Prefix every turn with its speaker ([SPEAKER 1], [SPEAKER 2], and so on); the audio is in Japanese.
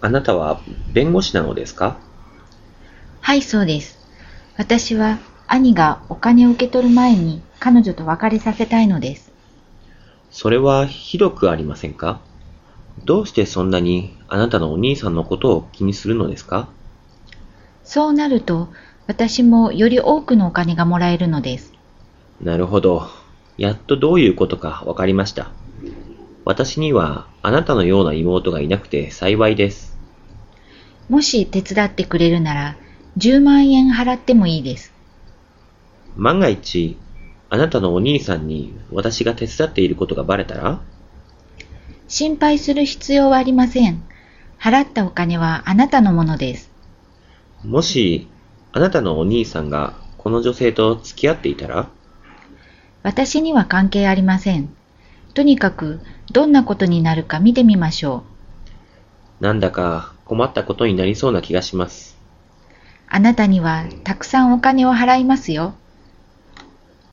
[SPEAKER 1] あなたは弁護士なのですか
[SPEAKER 2] はい、そうです。私は兄がお金を受け取る前に彼女と別れさせたいのです。
[SPEAKER 1] それはひどくありませんかどうしてそんなにあなたのお兄さんのことを気にするのですか
[SPEAKER 2] そうなると、私もより多くのお金がもらえるのです。
[SPEAKER 1] なるほど。やっとどういうことかわかりました。私にはあなたのような妹がいなくて幸いです。
[SPEAKER 2] もし手伝ってくれるなら、10万円払ってもいいです。
[SPEAKER 1] 万が一、あなたのお兄さんに私が手伝っていることがバレたら
[SPEAKER 2] 心配する必要はありません。払ったお金はあなたのものです。
[SPEAKER 1] もし、あなたのお兄さんがこの女性と付き合っていたら
[SPEAKER 2] 私には関係ありません。とにかく、どんなことになるか見てみましょう。
[SPEAKER 1] なんだか困ったことになりそうな気がします。
[SPEAKER 2] あなたにはたくさんお金を払いますよ。